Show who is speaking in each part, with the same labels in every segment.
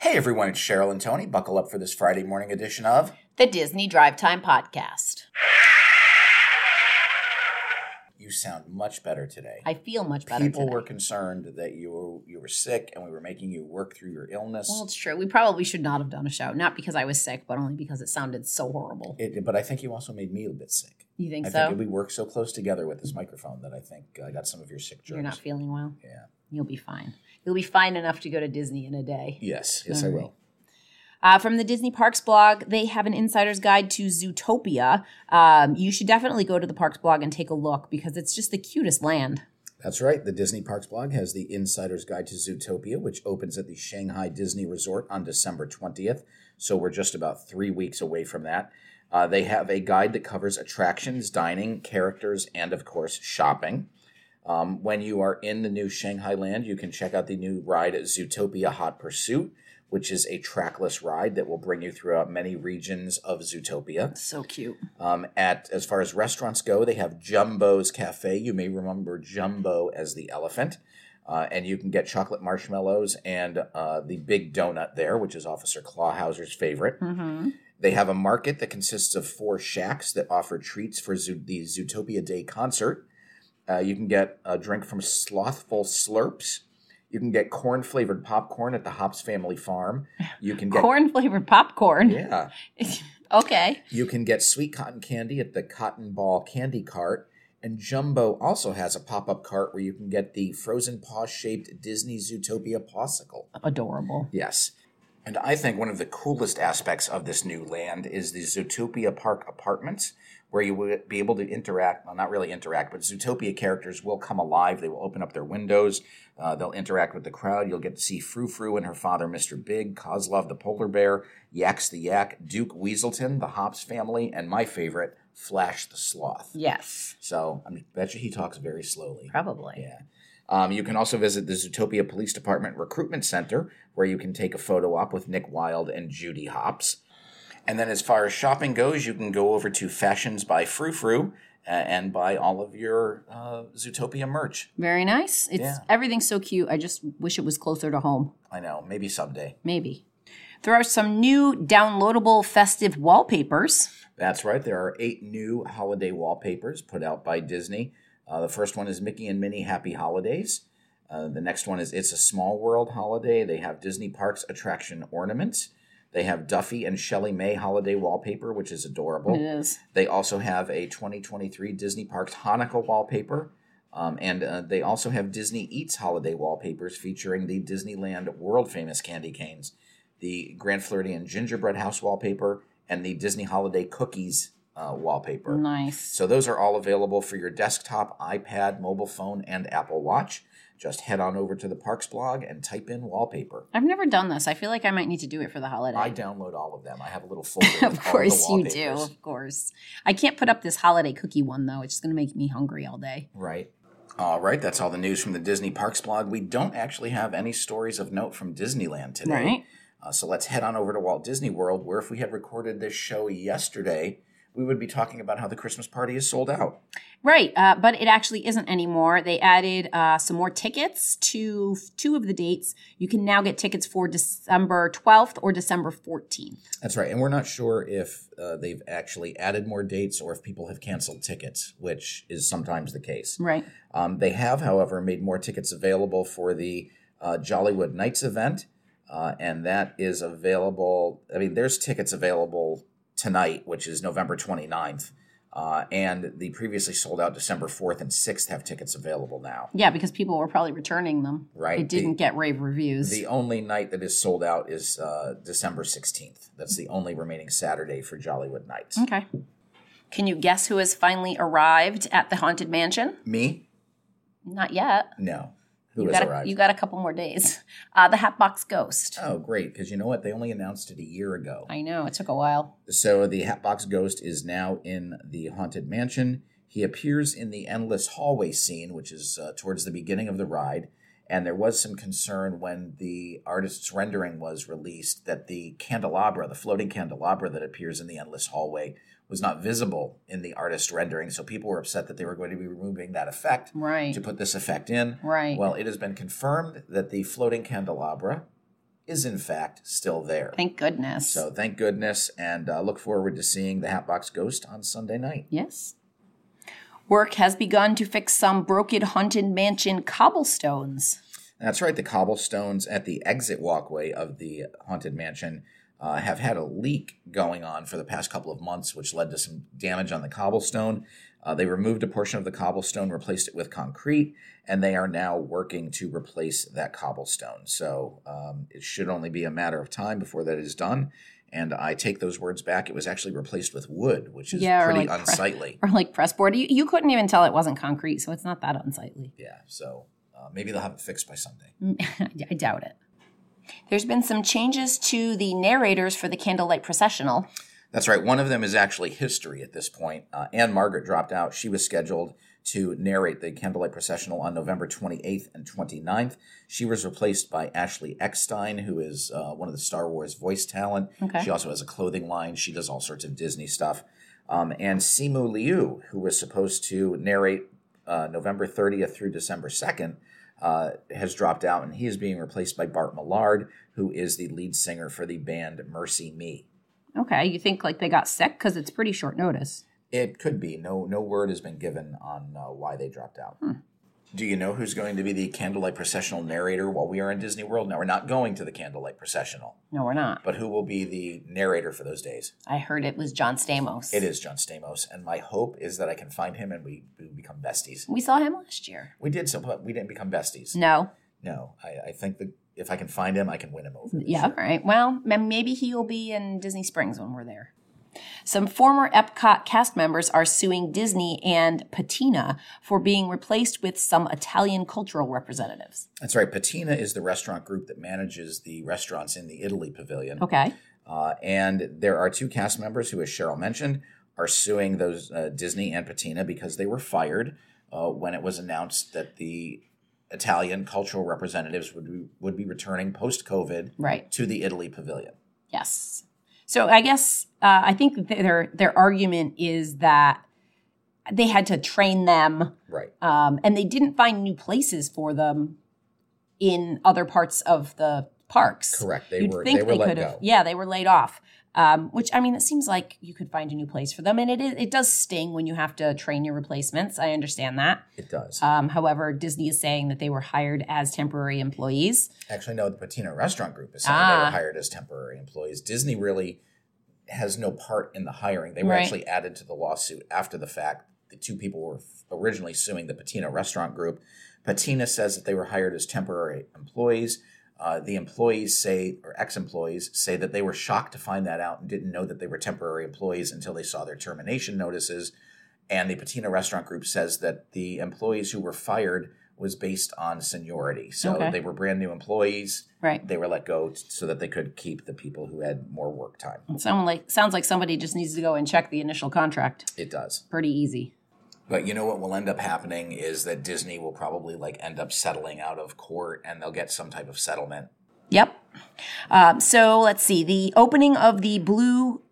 Speaker 1: Hey everyone, it's Cheryl and Tony. Buckle up for this Friday morning edition of
Speaker 2: the Disney Drive Time Podcast.
Speaker 1: You sound much better today.
Speaker 2: I feel much better.
Speaker 1: People
Speaker 2: today.
Speaker 1: were concerned that you were, you were sick and we were making you work through your illness.
Speaker 2: Well, it's true. We probably should not have done a show, not because I was sick, but only because it sounded so horrible.
Speaker 1: It, but I think you also made me a bit sick.
Speaker 2: you think
Speaker 1: I
Speaker 2: so?
Speaker 1: think we work so close together with this microphone that I think I got some of your sick germs.
Speaker 2: You're not feeling well.
Speaker 1: yeah.
Speaker 2: You'll be fine. You'll be fine enough to go to Disney in a day.
Speaker 1: Yes. Yes, I
Speaker 2: All
Speaker 1: will.
Speaker 2: Uh, from the Disney Parks blog, they have an insider's guide to Zootopia. Um, you should definitely go to the Parks blog and take a look because it's just the cutest land.
Speaker 1: That's right. The Disney Parks blog has the Insider's Guide to Zootopia, which opens at the Shanghai Disney Resort on December 20th. So we're just about three weeks away from that. Uh, they have a guide that covers attractions, dining, characters, and of course, shopping. Um, when you are in the new Shanghai land, you can check out the new ride Zootopia Hot Pursuit, which is a trackless ride that will bring you throughout many regions of Zootopia.
Speaker 2: So cute.
Speaker 1: Um, at as far as restaurants go, they have Jumbo's Cafe. You may remember Jumbo as the elephant, uh, and you can get chocolate marshmallows and uh, the big donut there, which is Officer Clawhauser's favorite.
Speaker 2: Mm-hmm.
Speaker 1: They have a market that consists of four shacks that offer treats for Zoo- the Zootopia Day concert. Uh, you can get a drink from Slothful Slurps. You can get corn flavored popcorn at the Hops Family Farm. You can get
Speaker 2: Corn flavored popcorn.
Speaker 1: yeah.
Speaker 2: okay.
Speaker 1: You can get sweet cotton candy at the Cotton Ball Candy Cart. And Jumbo also has a pop up cart where you can get the frozen paw shaped Disney Zootopia Pawsicle.
Speaker 2: Adorable.
Speaker 1: Yes. And I think one of the coolest aspects of this new land is the Zootopia Park apartments, where you will be able to interact, well, not really interact, but Zootopia characters will come alive. They will open up their windows. Uh, they'll interact with the crowd. You'll get to see Frou Frou and her father, Mr. Big, Kozlov the polar bear, Yaks the yak, Duke Weaselton, the Hops family, and my favorite, Flash the sloth.
Speaker 2: Yes.
Speaker 1: So I bet you he talks very slowly.
Speaker 2: Probably.
Speaker 1: Yeah. Um, you can also visit the Zootopia Police Department Recruitment Center, where you can take a photo op with Nick Wilde and Judy Hopps. And then, as far as shopping goes, you can go over to Fashions by Frou Frou uh, and buy all of your uh, Zootopia merch.
Speaker 2: Very nice. It's
Speaker 1: Yeah.
Speaker 2: everything's so cute. I just wish it was closer to home.
Speaker 1: I know, maybe someday.
Speaker 2: Maybe. There are some new downloadable festive wallpapers.
Speaker 1: That's right. There are eight new holiday wallpapers put out by Disney. Uh, the first one is Mickey and Minnie Happy Holidays. Uh, the next one is It's a Small World Holiday. They have Disney Parks Attraction Ornaments. They have Duffy and Shelley May Holiday Wallpaper, which is adorable.
Speaker 2: It is.
Speaker 1: They also have a 2023 Disney Parks Hanukkah wallpaper. Um, and uh, they also have Disney Eats holiday wallpapers featuring the Disneyland world famous candy canes, the Grand Floridian gingerbread house wallpaper, and the Disney holiday cookies uh, wallpaper.
Speaker 2: Nice.
Speaker 1: So those are all available for your desktop, iPad, mobile phone, and Apple Watch. Just head on over to the Parks blog and type in wallpaper.
Speaker 2: I've never done this. I feel like I might need to do it for the holiday.
Speaker 1: I download all of them. I have a little folder. with all
Speaker 2: of course
Speaker 1: the
Speaker 2: you do.
Speaker 1: wallpapers.
Speaker 2: Of course. I can't put up this holiday cookie one though. It's just going to make me hungry all day.
Speaker 1: Right. All right, that's all the news from the Disney Parks blog. We don't actually have any stories of note from Disneyland today.
Speaker 2: Right.
Speaker 1: Uh, so let's head on over to Walt Disney World, where if we had recorded this show yesterday, we would be talking about how the Christmas party is sold out.
Speaker 2: Right, uh, but it actually isn't anymore. They added uh, some more tickets to two of the dates. You can now get tickets for December 12th or December 14th.
Speaker 1: That's right. And we're not sure if uh, they've actually added more dates or if people have canceled tickets, which is sometimes the case.
Speaker 2: Right.
Speaker 1: Um, they have, however, made more tickets available for the uh, Jollywood Nights event, uh, and that is available. I mean, there's tickets available tonight, which is November 29th, uh, and the previously sold out December 4th and 6th have tickets available now.
Speaker 2: Yeah, because people were probably returning them.
Speaker 1: Right.
Speaker 2: It didn't
Speaker 1: The-
Speaker 2: get rave reviews.
Speaker 1: The only night that is sold out is uh, December 16th. That's the only remaining Saturday for Jollywood Nights.
Speaker 2: okay. Can you guess who has finally arrived at the haunted mansion?
Speaker 1: Me?
Speaker 2: Not yet.
Speaker 1: No. Who
Speaker 2: you
Speaker 1: has
Speaker 2: got a,
Speaker 1: arrived?
Speaker 2: you got a couple more days. Uh, the Hatbox Ghost.
Speaker 1: oh, great. Because you know what? They only announced it a year ago.
Speaker 2: I know it took a while.
Speaker 1: So the Hatbox Ghost is now in the haunted mansion. He appears in the endless hallway scene, which is uh, towards the beginning of the ride. And there was some concern when the artist's rendering was released that the candelabra, the floating candelabra that appears in the endless hallway, was not visible in the artist's rendering. So people were upset that they were going to be removing that effect
Speaker 2: Right.
Speaker 1: to put this effect in.
Speaker 2: Right.
Speaker 1: Well, it has been confirmed that the floating candelabra is in fact still there.
Speaker 2: Thank goodness.
Speaker 1: So thank goodness, and uh, look forward to seeing the Hatbox Ghost on Sunday night.
Speaker 2: Yes. Work has begun to fix some broken haunted mansion cobblestones.
Speaker 1: That's right. The cobblestones at the exit walkway of the haunted mansion uh, have had a leak going on for the past couple of months, which led to some damage on the cobblestone. Uh, they removed a portion of the cobblestone, replaced it with concrete, and they are now working to replace that cobblestone. So um, it should only be a matter of time before that is done. And I take those words back. It was actually replaced with wood, which is
Speaker 2: Yeah, or
Speaker 1: pretty
Speaker 2: like pre-
Speaker 1: unsightly.
Speaker 2: Or like pressboard. You, you couldn't even tell it wasn't concrete, so it's not that unsightly.
Speaker 1: yeah. So uh, maybe they'll have it fixed by Sunday.
Speaker 2: I doubt it. There's been some changes to the narrators for the candlelight processional.
Speaker 1: That's right. One of them is actually history at this point. Uh, Anne Margaret dropped out. She was scheduled to narrate the Candlelight Processional on November 28th and 29th. She was replaced by Ashley Eckstein, who is uh, one of the Star Wars voice talent.
Speaker 2: Okay.
Speaker 1: She also has a clothing line. She does all sorts of Disney stuff. Um, and Simu Liu, who was supposed to narrate uh, November 30th through December 2nd, uh, has dropped out, and he is being replaced by Bart Millard, who is the lead singer for the band Mercy Me.
Speaker 2: Okay, you think like they got sick because it's pretty short notice.
Speaker 1: It could be. No, no word has been given on uh, why they dropped out. Do you know who's going to be the candlelight processional narrator while we are in Disney World? Now we're not going to the candlelight processional,
Speaker 2: No, we're not.
Speaker 1: but who will be the narrator for those days?
Speaker 2: I heard it was John Stamos.
Speaker 1: It is John Stamos, and my hope is that I can find him and we, we become besties.
Speaker 2: We saw him last year.
Speaker 1: We did so, but we didn't become besties.
Speaker 2: No.
Speaker 1: No, I, I think that if I can find him, I can win him over.
Speaker 2: Yeah, all right. Well, m- maybe he'll be in Disney Springs when we're there. Some former Epcot cast members are suing Disney and Patina for being replaced with some Italian cultural representatives.
Speaker 1: That's right. Patina is the restaurant group that manages the restaurants in the Italy Pavilion.
Speaker 2: Okay.
Speaker 1: Uh, and there are two cast members who, as Cheryl mentioned, are suing those uh, Disney and Patina because they were fired uh, when it was announced that the Italian cultural representatives would be, would be returning post COVID
Speaker 2: Right.
Speaker 1: to the Italy Pavilion.
Speaker 2: Yes. So I guess uh, I think th- their their argument is that they had to train them,
Speaker 1: Right.
Speaker 2: um, and they didn't find new places for them in other parts of the parks.
Speaker 1: Correct. They
Speaker 2: You'd
Speaker 1: were
Speaker 2: think
Speaker 1: they were let
Speaker 2: could've-
Speaker 1: go.
Speaker 2: Yeah, they were laid off. Um, which I mean, it seems like you could find a new place for them, and it is, it does sting when you have to train your replacements. I understand that.
Speaker 1: It does.
Speaker 2: Um, however, Disney is saying that they were hired as temporary employees.
Speaker 1: Actually, no, the Patina Restaurant Group is saying they
Speaker 2: Ah.
Speaker 1: were hired as temporary employees. Disney really has no part in the hiring. They were
Speaker 2: Right.
Speaker 1: actually added to the lawsuit after the fact. The two people were f- originally suing the Patina Restaurant Group. Patina says that they were hired as temporary employees. Uh, the employees say, or ex employees say, that they were shocked to find that out and didn't know that they were temporary employees until they saw their termination notices. And the Patina Restaurant Group says that the employees who were fired was based on seniority. So
Speaker 2: Okay.
Speaker 1: they were brand new employees.
Speaker 2: Right.
Speaker 1: They were let go t- so that they could keep the people who had more work time.
Speaker 2: Sound like sounds like somebody just needs to go and check the initial contract.
Speaker 1: It does.
Speaker 2: Pretty easy.
Speaker 1: But you know what will end up happening is that Disney will probably like end up settling out of court and they'll get some type of settlement.
Speaker 2: Yep. Um, so let's see. The opening of the Blue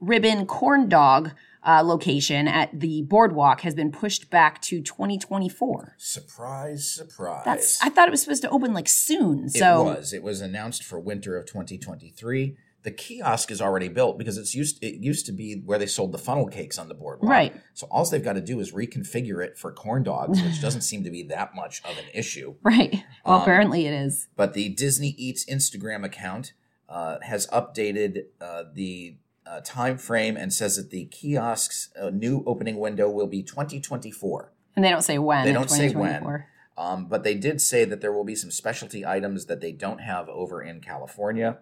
Speaker 2: Ribbon Corn Dog uh, location at the Boardwalk has been pushed back to 2024.
Speaker 1: Surprise, surprise.
Speaker 2: That's. I thought it was supposed to open like soon.
Speaker 1: it
Speaker 2: So
Speaker 1: was. It was announced for winter of 2023. The kiosk is already built because it's used it used to be where they sold the funnel cakes on the boardwalk.
Speaker 2: Right.
Speaker 1: So all they've got to do is reconfigure it for corn dogs, which doesn't seem to be that much of an issue.
Speaker 2: right. Well,
Speaker 1: Um,
Speaker 2: apparently it is.
Speaker 1: But the Disney Eats Instagram account uh, has updated uh, the uh, time frame and says that the kiosk's uh, new opening window will be 2024.
Speaker 2: And they don't say when.
Speaker 1: They
Speaker 2: in
Speaker 1: don't say when.
Speaker 2: 2024.
Speaker 1: Um, but they did say that there will be some specialty items that they don't have over in California.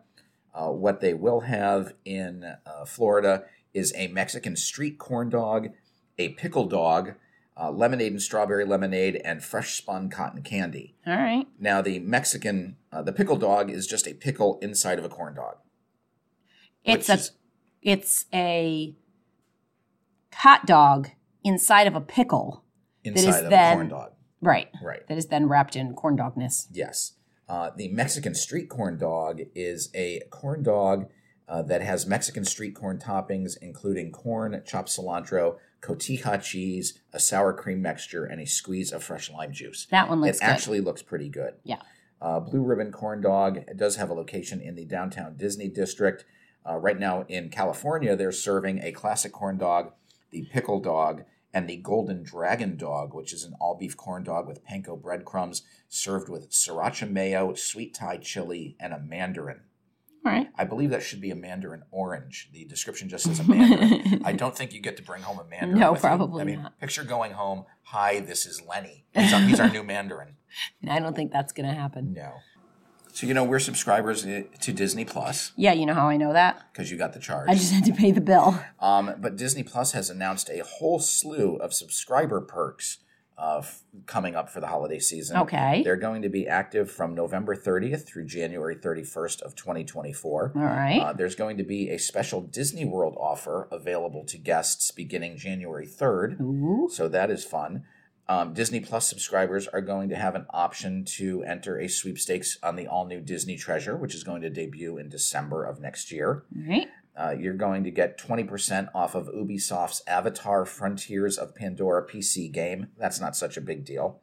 Speaker 1: Uh, what they will have in uh, Florida is a Mexican street corn dog, a pickle dog, uh, lemonade and strawberry lemonade, and fresh spun cotton candy.
Speaker 2: All right.
Speaker 1: Now the Mexican, uh, the pickle dog is just a pickle inside of a corn dog. which
Speaker 2: It's a.
Speaker 1: is-
Speaker 2: It's a hot dog inside of a pickle. is
Speaker 1: inside of
Speaker 2: then-
Speaker 1: a corn dog,
Speaker 2: Right.
Speaker 1: right?
Speaker 2: That is then wrapped in corn dogness.
Speaker 1: Yes. Uh, the Mexican street corn dog is a corn dog uh, that has Mexican street corn toppings, including corn, chopped cilantro, cotija cheese, a sour cream mixture, and a squeeze of fresh lime juice.
Speaker 2: That one
Speaker 1: It
Speaker 2: looks good.
Speaker 1: actually looks pretty good.
Speaker 2: Yeah.
Speaker 1: Uh, Blue Ribbon Corn Dog does have a location in the downtown Disney district. Uh, right now in California, they're serving a classic corn dog, the pickle dog, and the golden dragon dog, which is an all beef corn dog with panko breadcrumbs, served with sriracha mayo, sweet Thai chili, and a mandarin.
Speaker 2: All right.
Speaker 1: I believe that should be a mandarin orange. The description just says a mandarin. I don't think you get to bring home a mandarin.
Speaker 2: No,
Speaker 1: with you.
Speaker 2: probably
Speaker 1: I mean,
Speaker 2: not.
Speaker 1: picture going home. Hi, this is Lenny. He's our, he's our new mandarin.
Speaker 2: I don't think that's going to happen.
Speaker 1: No. So you know we're subscribers i- to Disney Plus
Speaker 2: Yeah, you know how I know that?
Speaker 1: because you got the charge.
Speaker 2: I just had to pay the bill.
Speaker 1: Um, but Disney Plus has announced a whole slew of subscriber perks uh, f- coming up for the holiday season.
Speaker 2: Okay.
Speaker 1: They're going to be active from November 30th through January 31st of 2024.
Speaker 2: All right.
Speaker 1: Uh, there's going to be a special Disney World offer available to guests beginning January 3rd.
Speaker 2: Ooh.
Speaker 1: So that is fun. Um, Disney Plus subscribers are going to have an option to enter a sweepstakes on the all new Disney Treasure, which is going to debut in December of next year.
Speaker 2: All right.
Speaker 1: Uh, you're going to get 20% off of Ubisoft's Avatar Frontiers of Pandora PC game. That's not such a big deal.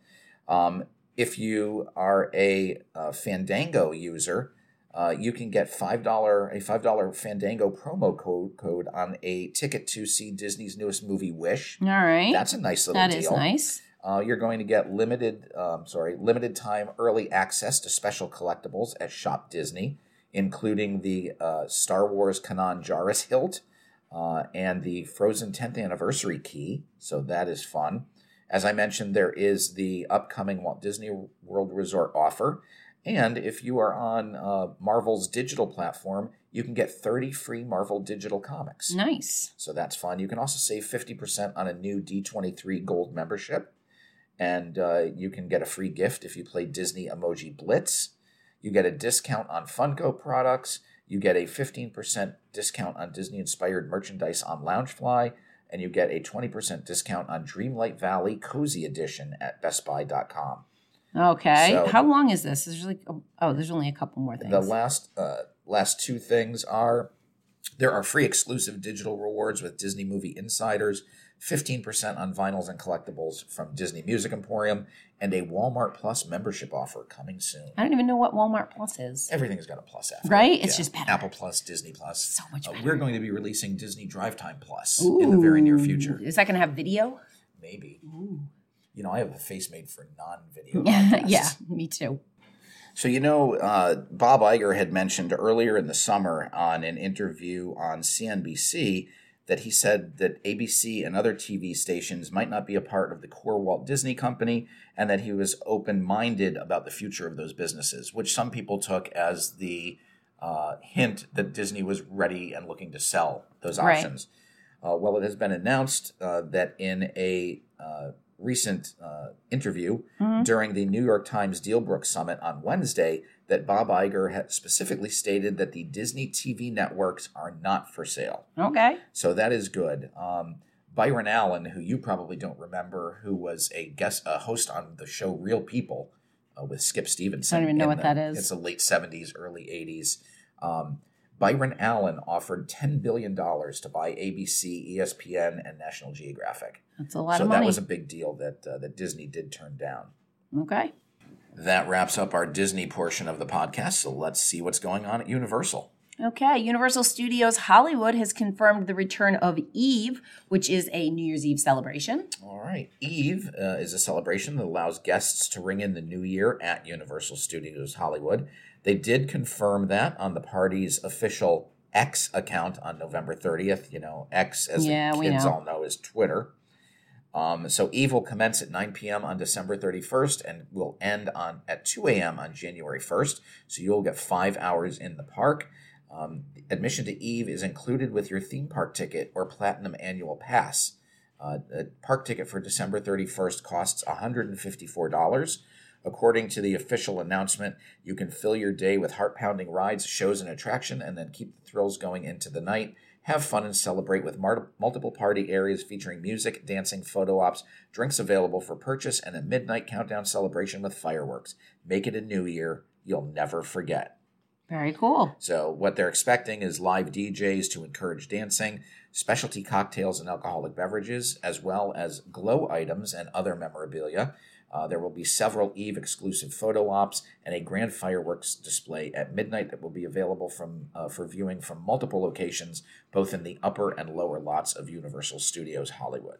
Speaker 1: Um, if you are a, uh Fandango user, uh, you can get five dollar a five dollar Fandango promo code code on a ticket to see Disney's newest movie Wish.
Speaker 2: All right.
Speaker 1: That's a nice little
Speaker 2: That
Speaker 1: deal.
Speaker 2: is nice.
Speaker 1: Uh, you're going to get limited, um, sorry, limited time early access to special collectibles at Shop Disney, including the uh, Star Wars Kanan Jarrus hilt uh, and the Frozen 10th anniversary key. So that is fun. As I mentioned, there is the upcoming Walt Disney World Resort offer. And if you are on uh, Marvel's digital platform, you can get 30 free Marvel digital comics.
Speaker 2: Nice.
Speaker 1: So that's fun. You can also save 50% on a new D23 Gold membership. And uh, you can get a free gift if you play Disney Emoji Blitz. You get a discount on Funko products. You get a 15% discount on Disney inspired merchandise on Loungefly. And you get a 20% discount on Dreamlight Valley Cozy Edition at BestBuy.com.
Speaker 2: Okay.
Speaker 1: So-
Speaker 2: how long is this? There's like oh, oh, there's only a couple more things.
Speaker 1: The last uh, last two things are there are free exclusive digital rewards with Disney Movie Insiders, 15% on vinyls and collectibles from Disney Music Emporium, and a Walmart Plus membership offer coming soon.
Speaker 2: I don't even know what Walmart Plus is.
Speaker 1: Everything's got a plus after. it.
Speaker 2: Right? It's just better.
Speaker 1: Apple Plus, Disney Plus.
Speaker 2: So much
Speaker 1: Uh,
Speaker 2: better.
Speaker 1: we're going to be releasing Disney Drive Time Plus in the very near
Speaker 2: Ooh.
Speaker 1: future.
Speaker 2: Is that going to have video?
Speaker 1: Maybe.
Speaker 2: Ooh.
Speaker 1: You know, I have a face made for non-video. podcasts.
Speaker 2: yeah, me too.
Speaker 1: So, you know, uh, Bob Iger had mentioned earlier in the summer on an interview on CNBC that he said that ABC and other TV stations might not be a part of the core Walt Disney Company and that he was open minded about the future of those businesses, which some people took as the uh, hint that Disney was ready and looking to sell those
Speaker 2: Right.
Speaker 1: options. Uh, well, it has been announced uh, that in a uh, recent uh, interview,
Speaker 2: Mhm.
Speaker 1: during the New York Times Dealbrook Summit on Wednesday that Bob Iger had specifically stated that the Disney TV networks are not for sale.
Speaker 2: Okay.
Speaker 1: So that is good. Um, Byron Allen, who you probably don't remember, who was a guest, a host on the show Real People uh, with Skip Stevenson.
Speaker 2: I don't even know
Speaker 1: in
Speaker 2: what
Speaker 1: the-
Speaker 2: that is.
Speaker 1: It's the late seventies, early eighties. Um, Byron Allen offered ten billion dollars to buy ABC, ESPN, and National Geographic.
Speaker 2: That's a lot
Speaker 1: so
Speaker 2: of money.
Speaker 1: that was a big deal that uh, that Disney did turn down.
Speaker 2: okay.
Speaker 1: That wraps up our Disney portion of the podcast. So let's see what's going on at Universal.
Speaker 2: Okay, Universal Studios Hollywood has confirmed the return of Eve, which is a New Year's Eve celebration.
Speaker 1: All right. Eve uh, is a celebration that allows guests to ring in the new year at Universal Studios Hollywood. They did confirm that on the party's official X account on November 30th. You know, X, as
Speaker 2: Yeah,
Speaker 1: the
Speaker 2: we
Speaker 1: kids
Speaker 2: know.
Speaker 1: all know, is Twitter. Um, so Eve will commence at 9 p.m. on December 31st and will end on at 2 a.m. on January 1st. So you'll get five hours in the park. Um, admission to Eve is included with your theme park ticket or platinum annual pass. Uh, a park ticket for December 31st costs $154. According to the official announcement, you can fill your day with heart pounding rides, shows, and attraction, and then keep the thrills going into the night. Have fun and celebrate with mar- multiple party areas featuring music, dancing, photo ops, drinks available for purchase, and a midnight countdown celebration with fireworks. Make it a new year you'll never forget.
Speaker 2: Very cool.
Speaker 1: So, what they're expecting is live DJs to encourage dancing, specialty cocktails and alcoholic beverages, as well as glow items and other memorabilia. Uh, there will be several Eve exclusive photo ops and a grand fireworks display at midnight that will be available from uh, for viewing from multiple locations, both in the upper and lower lots of Universal Studios Hollywood.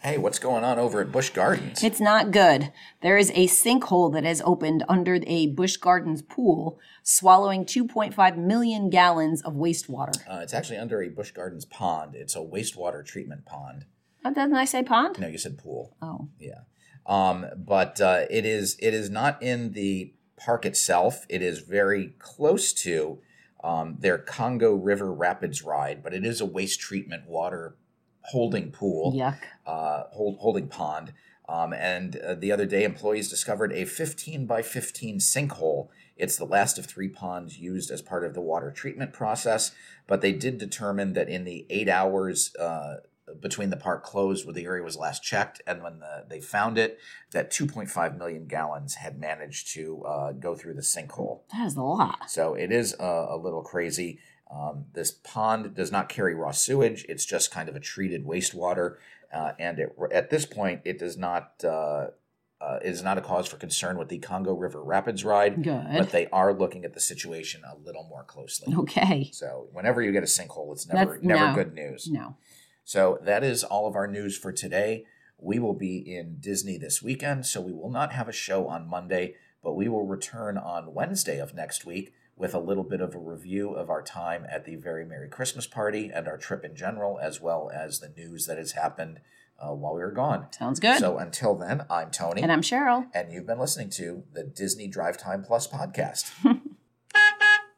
Speaker 1: Hey, what's going on over at Busch Gardens?
Speaker 2: It's not good. There is a sinkhole that has opened under a Busch Gardens pool, swallowing 2.5 million gallons of wastewater.
Speaker 1: Uh, it's actually under a Busch Gardens pond. It's a wastewater treatment pond.
Speaker 2: Uh, Doesn't I say pond?
Speaker 1: No, you said pool.
Speaker 2: Oh,
Speaker 1: Yeah. Um, but uh, it is it is not in the park itself. It is very close to um, their Congo River Rapids ride, but it is a waste treatment water holding pool,
Speaker 2: yuck.
Speaker 1: uh, hold, holding pond. Um, and uh, the other day, employees discovered a 15 by 15 sinkhole. It's the last of three ponds used as part of the water treatment process, but they did determine that in the eight hours uh, between the park closed where the area was last checked and when the, they found it, that 2.5 million gallons had managed to uh, go through the sinkhole.
Speaker 2: That is a lot.
Speaker 1: So it is a, a little crazy. Um, this pond does not carry raw sewage. It's just kind of a treated wastewater, uh, and it, at this point, it does not uh, uh, it is not a cause for concern with the Congo River Rapids ride. But
Speaker 2: Good.
Speaker 1: they are looking at the situation a little more closely.
Speaker 2: Okay.
Speaker 1: So whenever you get a sinkhole, it's never
Speaker 2: That's-
Speaker 1: never
Speaker 2: no.
Speaker 1: good news.
Speaker 2: No.
Speaker 1: So that is all of our news for today. We will be in Disney this weekend, so we will not have a show on Monday, but we will return on Wednesday of next week with a little bit of a review of our time at the Very Merry Christmas Party and our trip in general, as well as the news that has happened uh, while we were gone.
Speaker 2: Sounds good.
Speaker 1: So until then, I'm Tony,
Speaker 2: and I'm Cheryl.
Speaker 1: and you've been listening to the Disney Drive Time Plus podcast.